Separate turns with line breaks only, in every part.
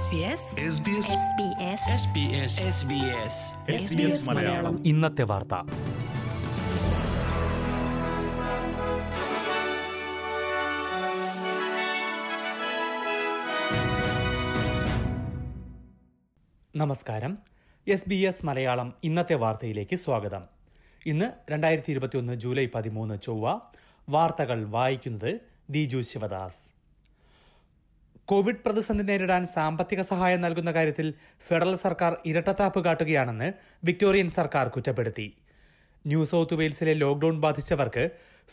SBS
SBS
SBS
SBS Malayalam.
ഇന്നത്തെ വാർത്ത നമസ്കാരം എസ് ബി എസ് മലയാളം ഇന്നത്തെ വാർത്തയിലേക്ക് സ്വാഗതം ഇന്ന് രണ്ടായിരത്തി ഇരുപത്തിയൊന്ന് ജൂലൈ പതിമൂന്ന് ചൊവ്വ വാർത്തകൾ വായിക്കുന്നത് ദിജു ശിവദാസ് കോവിഡ് പ്രതിസന്ധി നേരിടാൻ സാമ്പത്തിക സഹായം നൽകുന്ന കാര്യത്തിൽ ഫെഡറൽ സർക്കാർ ഇരട്ടത്താപ്പ് കാട്ടുകയാണെന്ന് വിക്ടോറിയൻ സർക്കാർ കുറ്റപ്പെടുത്തി ന്യൂ സൗത്ത് വെയിൽസിലെ ലോക്ഡൌൺ ബാധിച്ചവർക്ക്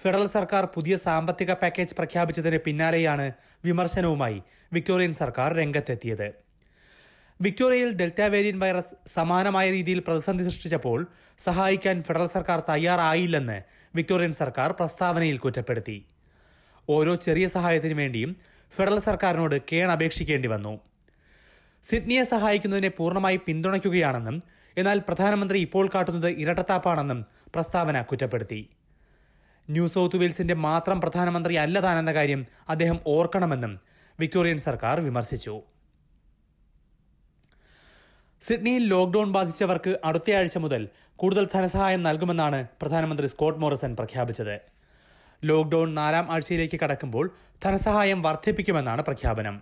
ഫെഡറൽ സർക്കാർ പുതിയ സാമ്പത്തിക പാക്കേജ് പ്രഖ്യാപിച്ചതിന് പിന്നാലെയാണ് വിമർശനവുമായി വിക്ടോറിയൻ സർക്കാർ രംഗത്തെത്തിയത് വിക്ടോറിയയിൽ ഡെൽറ്റ വേരിയന്റ് വൈറസ് സമാനമായ രീതിയിൽ പ്രതിസന്ധി സൃഷ്ടിച്ചപ്പോൾ സഹായിക്കാൻ ഫെഡറൽ സർക്കാർ തയ്യാറായില്ലെന്ന് വിക്ടോറിയൻ സർക്കാർ പ്രസ്താവനയിൽ കുറ്റപ്പെടുത്തി ഓരോ ചെറിയ സഹായത്തിനു വേണ്ടിയും ഫെഡറൽ സർക്കാരിനോട് കേണപേക്ഷിക്കേണ്ടി വന്നു സിഡ്നിയെ സഹായിക്കുന്നതിനെ പൂർണ്ണമായി പിന്തുണയ്ക്കുകയാണെന്നും എന്നാൽ പ്രധാനമന്ത്രി ഇപ്പോൾ കാട്ടുന്നത് ഇരട്ടത്താപ്പാണെന്നും പ്രസ്താവന കുറ്റപ്പെടുത്തി ന്യൂ സൗത്ത് വെയിൽസിന്റെ മാത്രം പ്രധാനമന്ത്രി അല്ല താനെന്ന കാര്യം അദ്ദേഹം ഓർക്കണമെന്നും വിക്ടോറിയൻ സർക്കാർ വിമർശിച്ചു സിഡ്നിയിൽ ലോക്ഡൌൺ ബാധിച്ചവർക്ക് അടുത്തയാഴ്ച മുതൽ കൂടുതൽ ധനസഹായം നൽകുമെന്നാണ് പ്രധാനമന്ത്രി സ്കോട്ട് മോറിസൺ പ്രഖ്യാപിച്ചത് ലോക്ഡൌൺ നാലാം ആഴ്ചയിലേക്ക് കടക്കുമ്പോൾ ധനസഹായം വർദ്ധിപ്പിക്കുമെന്നാണ് പ്രഖ്യാപനം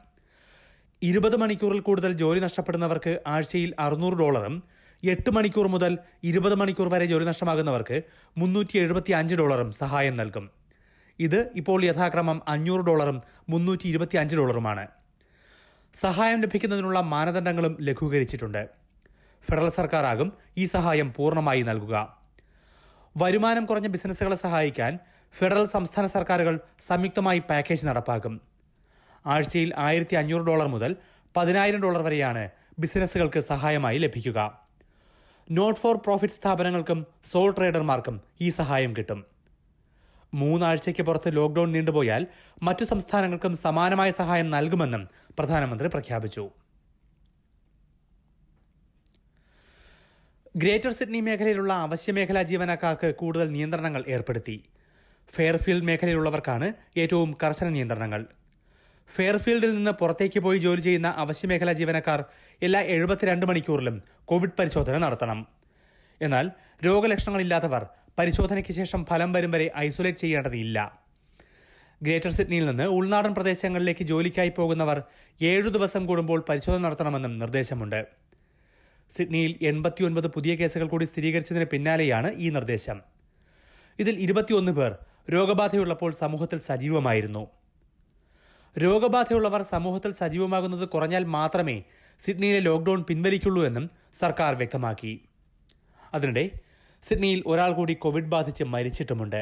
ഇരുപത് മണിക്കൂറിൽ കൂടുതൽ ജോലി നഷ്ടപ്പെടുന്നവർക്ക് ആഴ്ചയിൽ അറുന്നൂറ് ഡോളറും എട്ട് മണിക്കൂർ മുതൽ ഇരുപത് മണിക്കൂർ വരെ ജോലി നഷ്ടമാകുന്നവർക്ക് മുന്നൂറ്റി എഴുപത്തി അഞ്ച് ഡോളറും സഹായം നൽകും ഇത് ഇപ്പോൾ യഥാക്രമം അഞ്ഞൂറ് ഡോളറും മുന്നൂറ്റി ഇരുപത്തി അഞ്ച് ഡോളറുമാണ് സഹായം ലഭിക്കുന്നതിനുള്ള മാനദണ്ഡങ്ങളും ലഘൂകരിച്ചിട്ടുണ്ട് ഫെഡറൽ സർക്കാരാകും ഈ സഹായം പൂർണ്ണമായി നൽകുക വരുമാനം കുറഞ്ഞ ബിസിനസ്സുകളെ സഹായിക്കാൻ ഫെഡറൽ സംസ്ഥാന സർക്കാരുകൾ സംയുക്തമായി പാക്കേജ് നടപ്പാക്കും ആഴ്ചയിൽ ആയിരത്തി അഞ്ഞൂറ് ഡോളർ മുതൽ പതിനായിരം ഡോളർ വരെയാണ് ബിസിനസ്സുകൾക്ക് സഹായമായി ലഭിക്കുക നോട്ട് ഫോർ പ്രോഫിറ്റ് സ്ഥാപനങ്ങൾക്കും സോൾ ട്രേഡർമാർക്കും ഈ സഹായം കിട്ടും മൂന്നാഴ്ചയ്ക്ക് പുറത്ത് ലോക്ഡൌൺ നീണ്ടുപോയാൽ മറ്റു സംസ്ഥാനങ്ങൾക്കും സമാനമായ സഹായം നൽകുമെന്നും പ്രധാനമന്ത്രി പ്രഖ്യാപിച്ചു ഗ്രേറ്റർ സിഡ്നി മേഖലയിലുള്ള അവശ്യമേഖലാ ജീവനക്കാർക്ക് കൂടുതൽ നിയന്ത്രണങ്ങൾ ഏർപ്പെടുത്തി ഫെയർഫീൽഡ് മേഖലയിലുള്ളവർക്കാണ് ഏറ്റവും കർശന നിയന്ത്രണങ്ങൾ ഫെയർഫീൽഡിൽ നിന്ന് പുറത്തേക്ക് പോയി ജോലി ചെയ്യുന്ന അവശ്യമേഖലാ ജീവനക്കാർ എല്ലാ എഴുപത്തിരണ്ട് മണിക്കൂറിലും കോവിഡ് പരിശോധന നടത്തണം എന്നാൽ രോഗലക്ഷണങ്ങളില്ലാത്തവർ പരിശോധനയ്ക്ക് ശേഷം ഫലം വരും വരെ ഐസൊലേറ്റ് ചെയ്യേണ്ടതില്ല ഗ്രേറ്റർ സിഡ്നിയിൽ നിന്ന് ഉൾനാടൻ പ്രദേശങ്ങളിലേക്ക് ജോലിക്കായി പോകുന്നവർ ഏഴു ദിവസം കൂടുമ്പോൾ പരിശോധന നടത്തണമെന്നും നിർദ്ദേശമുണ്ട് സിഡ്നിയിൽ എൺപത്തിയൊൻപത് പുതിയ കേസുകൾ കൂടി സ്ഥിരീകരിച്ചതിന് പിന്നാലെയാണ് ഈ നിർദ്ദേശം ഇതിൽ ഇരുപത്തിയൊന്ന് പേർ രോഗബാധയുള്ളപ്പോൾ സമൂഹത്തിൽ സജീവമായിരുന്നു രോഗബാധയുള്ളവർ സമൂഹത്തിൽ സജീവമാകുന്നത് കുറഞ്ഞാൽ മാത്രമേ സിഡ്നിയിലെ ലോക്ഡൌൺ പിൻവലിക്കുള്ളൂ എന്നും സർക്കാർ വ്യക്തമാക്കി അതിനിടെ സിഡ്നിയിൽ ഒരാൾ കൂടി കോവിഡ് ബാധിച്ച് മരിച്ചിട്ടുമുണ്ട്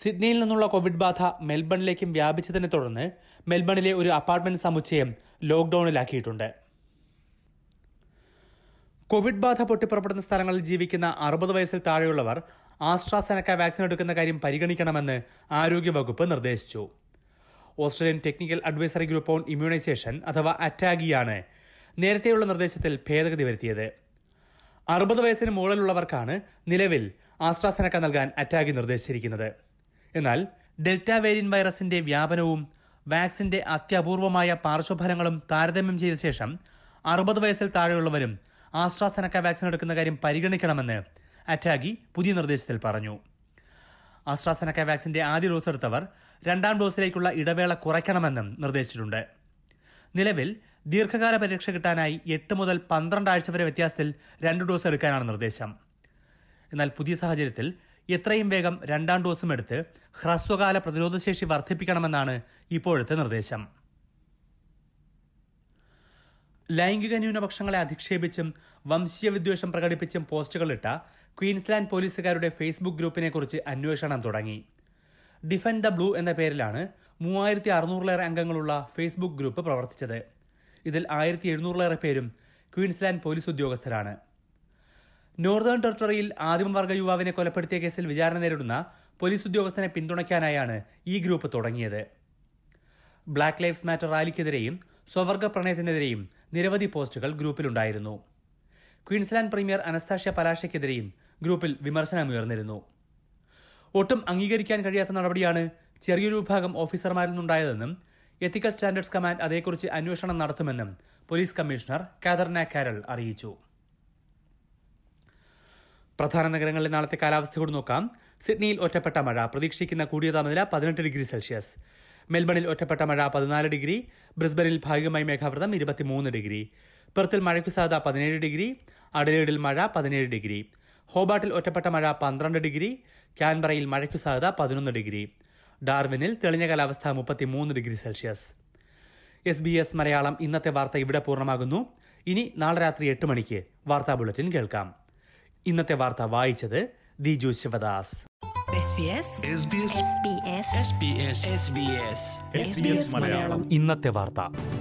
സിഡ്നിയിൽ നിന്നുള്ള കോവിഡ് ബാധ മെൽബണിലേക്കും വ്യാപിച്ചതിനെ തുടർന്ന് മെൽബണിലെ ഒരു അപ്പാർട്ട്മെന്റ് സമുച്ചയം ലോക്ക്ഡൌണിലാക്കിയിട്ടുണ്ട് കോവിഡ് ബാധ പൊട്ടിപ്പുറപ്പെടുന്ന സ്ഥലങ്ങളിൽ ജീവിക്കുന്ന അറുപത് വയസ്സിൽ താഴെയുള്ളവർ ആസ്ട്രാസെനക്ക വാക്സിൻ എടുക്കുന്ന കാര്യം പരിഗണിക്കണമെന്ന് ആരോഗ്യവകുപ്പ് നിർദ്ദേശിച്ചു Australian technical advisory group on immunisation അഥവാ അറ്റാഗിയാണ് നേരത്തെയുള്ള നിർദ്ദേശത്തിൽ ഭേദഗതി വരുത്തിയത് അറുപത് വയസ്സിന് മുകളിലുള്ളവർക്കാണ് നിലവിൽ ആസ്ട്രാസെനക്ക നൽകാൻ അറ്റാഗി നിർദ്ദേശിച്ചിരിക്കുന്നത് എന്നാൽ ഡെൽറ്റ വേരിയന്റ് വൈറസിന്റെ വ്യാപനവും വാക്സിന്റെ അത്യപൂർവമായ പാർശ്വഫലങ്ങളും താരതമ്യം ചെയ്ത ശേഷം അറുപത് വയസ്സിൽ താഴെയുള്ളവരും ആസ്ട്രാസെനക്ക വാക്സിൻ എടുക്കുന്ന കാര്യം പരിഗണിക്കണമെന്ന് അറ്റാഗി പുതിയ നിർദ്ദേശത്തിൽ പറഞ്ഞു ആസ്ട്രാസെനക്ക വാക്സിന്റെ ആദ്യ ഡോസ് എടുത്തവർ രണ്ടാം ഡോസിലേക്കുള്ള ഇടവേള കുറയ്ക്കണമെന്നും നിർദ്ദേശിച്ചിട്ടുണ്ട് നിലവിൽ ദീർഘകാല പരിരക്ഷ കിട്ടാനായി എട്ട് മുതൽ പന്ത്രണ്ട് ആഴ്ച വരെ വ്യത്യാസത്തിൽ രണ്ട് ഡോസ് എടുക്കാനാണ് നിർദ്ദേശം എന്നാൽ പുതിയ സാഹചര്യത്തിൽ എത്രയും വേഗം രണ്ടാം ഡോസും എടുത്ത് ഹ്രസ്വകാല പ്രതിരോധശേഷി വർദ്ധിപ്പിക്കണമെന്നാണ് ഇപ്പോഴത്തെ നിർദ്ദേശം ലൈംഗിക ന്യൂനപക്ഷങ്ങളെ അധിക്ഷേപിച്ചും വംശീയ വിദ്വേഷം പ്രകടിപ്പിച്ചും പോസ്റ്റുകളിട്ട ക്വീൻസ്ലാൻഡ് പോലീസുകാരുടെ ഫേസ്ബുക്ക് ഗ്രൂപ്പിനെക്കുറിച്ച് അന്വേഷണം തുടങ്ങി ഡിഫൻഡ് ദ ബ്ലൂ എന്ന പേരിലാണ് മൂവായിരത്തി അറുന്നൂറിലേറെ അംഗങ്ങളുള്ള ഫേസ്ബുക്ക് ഗ്രൂപ്പ് പ്രവർത്തിച്ചത് ഇതിൽ ആയിരത്തി എഴുന്നൂറിലേറെ പേരും ക്വീൻസ്ലാൻഡ് പോലീസ് ഉദ്യോഗസ്ഥരാണ് നോർത്തേൺ ടെറിട്ടറിയിൽ ആദിമവർഗ യുവാവിനെ കൊലപ്പെടുത്തിയ കേസിൽ വിചാരണ നേരിടുന്ന പോലീസ് ഉദ്യോഗസ്ഥനെ പിന്തുണയ്ക്കാനായാണ് ഈ ഗ്രൂപ്പ് തുടങ്ങിയത് ബ്ലാക്ക് ലൈഫ്സ് മാറ്റർ റാലിക്കെതിരെയും സ്വവർഗ പ്രണയത്തിനെതിരെയും നിരവധി പോസ്റ്റുകൾ ഗ്രൂപ്പിലുണ്ടായിരുന്നു ക്വീൻസ്ലാൻഡ് പ്രീമിയർ അനസ്താഷ്യ പലാഷയ്ക്കെതിരെയും ഗ്രൂപ്പിൽ വിമർശനമുയർന്നിരുന്നു ഒട്ടും അംഗീകരിക്കാൻ കഴിയാത്ത നടപടിയാണ് ചെറിയൊരു വിഭാഗം ഓഫീസർമാരിൽ നിന്നുണ്ടായതെന്നും എത്തിക്കൽ സ്റ്റാൻഡേർഡ്സ് കമാൻഡ് അതേക്കുറിച്ച് അന്വേഷണം നടത്തുമെന്നും പോലീസ് കമ്മീഷണർ കാതർന കാരൽ അറിയിച്ചു പ്രധാന നഗരങ്ങളിലെ നാളത്തെ കാലാവസ്ഥ കൂടി നോക്കാം സിഡ്നിയിൽ ഒറ്റപ്പെട്ട മഴ പ്രതീക്ഷിക്കുന്ന കൂടിയ താപനില പതിനെട്ട് ഡിഗ്രി സെൽഷ്യസ് മെൽബണിൽ ഒറ്റപ്പെട്ട മഴ പതിനാല് ഡിഗ്രി ബ്രിസ്ബനിൽ ഭാഗികമായി മേഘാവൃതം ഇരുപത്തിമൂന്ന് ഡിഗ്രി പെർത്തിൽ മഴയ്ക്കു സാധ്യത പതിനേഴ് ഡിഗ്രി അഡലേഡിൽ മഴ പതിനേഴ് ഡിഗ്രി ഹോബാട്ടിൽ ഒറ്റപ്പെട്ട മഴ പന്ത്രണ്ട് ഡിഗ്രി ക്യാൻബറയിൽ മഴയ്ക്കു സാധ്യത പതിനൊന്ന് ഡിഗ്രി ഡാർവിനിൽ തെളിഞ്ഞ കാലാവസ്ഥ മുപ്പത്തിമൂന്ന് degree Celsius S B S Malayalam ഇന്നത്തെ വാർത്ത ഇവിടെ പൂർണ്ണമാകുന്നു ഇനി നാളെ രാത്രി എട്ട് മണിക്ക് വാർത്താ ബുള്ളറ്റിൻ കേൾക്കാം ഇന്നത്തെ വാർത്ത വായിച്ചത് Diju Sivadas
SBS
SBS
SBS
SBS SBS
SBS Malayalam
ഇന്നത്തെ വാർത്ത